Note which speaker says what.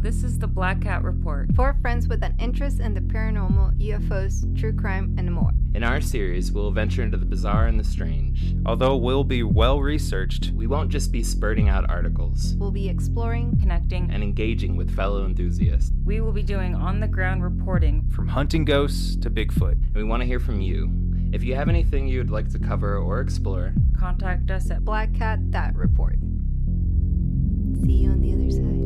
Speaker 1: this is the Black Cat Report.
Speaker 2: Four friends with an interest in the paranormal, UFOs, true crime, and more.
Speaker 3: In our series, we'll venture into the bizarre and the strange.
Speaker 4: Although we'll be well researched,
Speaker 3: We won't just be spurting out articles
Speaker 2: We'll be exploring
Speaker 1: Connecting,
Speaker 3: and engaging with fellow enthusiasts,
Speaker 1: we will be doing on the ground reporting.
Speaker 4: from hunting ghosts to Bigfoot.
Speaker 3: and we want to hear from you. If you have anything you would like to cover or explore,
Speaker 1: Contact us at
Speaker 2: Black Cat That Report. See you on the other side.